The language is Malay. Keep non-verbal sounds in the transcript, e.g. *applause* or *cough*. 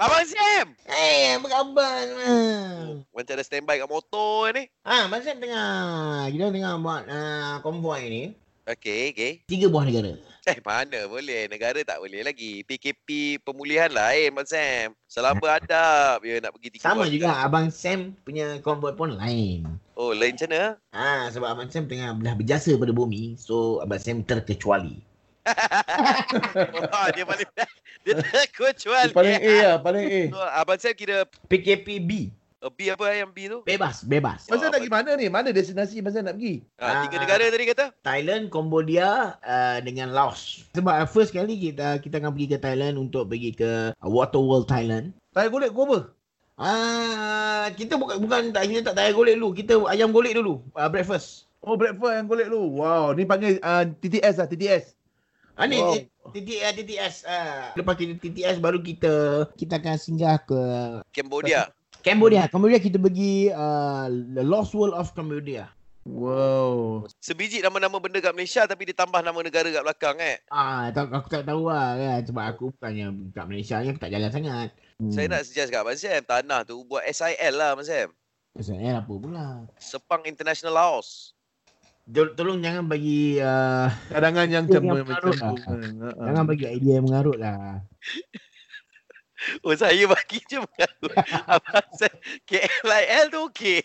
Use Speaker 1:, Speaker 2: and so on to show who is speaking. Speaker 1: Abang Sam!
Speaker 2: Eh, apa khabar?
Speaker 1: Oh, macam ada standby kat motor ni.
Speaker 2: Hmm. Ah, pasal tengah kita tengah buat uh, konvoi ni.
Speaker 1: Okey, okey.
Speaker 2: Tiga buah negara.
Speaker 1: Eh, mana boleh. Negara tak boleh lagi. PKP pemulihan lah eh, Abang Sam. Salam beradab. Ya, nak pergi tiga
Speaker 2: Sama
Speaker 1: bulan.
Speaker 2: juga abang Sam punya konvoi pun lain.
Speaker 1: Oh, lain macam
Speaker 3: *laughs*
Speaker 1: mana?
Speaker 2: Ah, sebab abang Sam tengah dah berjasa pada bumi, so abang Sam terkecuali.
Speaker 1: Wah, dia paling... dia terkecuali.
Speaker 3: Dia Paling A lah, paling A.
Speaker 1: So, Abang Sam kira
Speaker 2: PKPB,
Speaker 1: uh, B apa eh, yang B tu?
Speaker 2: bebas, bebas.
Speaker 3: Masa nak pergi mana ni? Mana destinasi masa nak pergi?
Speaker 1: Ha, tiga
Speaker 2: Ah.
Speaker 1: negara tadi kata?
Speaker 2: Thailand, Cambodia uh, dengan Laos. Sebab uh, first kali kita kita akan pergi ke Thailand untuk pergi ke ah, Water World Thailand.
Speaker 3: Tayar golek kau apa?
Speaker 2: Ah, kita bukan bukan tak kita tak tayar golek dulu. Kita ayam golek dulu. Uh, breakfast.
Speaker 3: Oh, breakfast yang golek lu. Wow, ni panggil uh, TTS lah, TTS.
Speaker 2: Ah, ni
Speaker 3: Wow.
Speaker 2: TTS, TTS. Ah. Lepas kita TTS baru kita kita akan singgah ke
Speaker 1: Cambodia.
Speaker 2: *laughs* Cambodia. Cambodia kita pergi uh, The Lost World of Cambodia.
Speaker 3: Wow.
Speaker 1: Sebiji nama-nama benda kat Malaysia tapi dia tambah nama negara kat belakang eh.
Speaker 2: Ah, tak, aku tak tahu lah kan sebab aku bukannya kat Malaysia ni aku tak jalan sangat.
Speaker 3: Hmm.
Speaker 1: Saya nak suggest kat Abang Sam, tanah tu buat SIL lah Abang Sam.
Speaker 2: Saya apa pula.
Speaker 1: Sepang International Laos.
Speaker 2: Tol- Tolong jangan bagi uh,
Speaker 3: Cadangan yang
Speaker 2: Dia yang
Speaker 3: cembur macam
Speaker 2: mengarut lah.
Speaker 3: tu. Ha, ha.
Speaker 2: jangan bagi idea yang mengarut lah.
Speaker 1: Oh saya bagi je mengaku. Abang Sam, KLIL tu okey.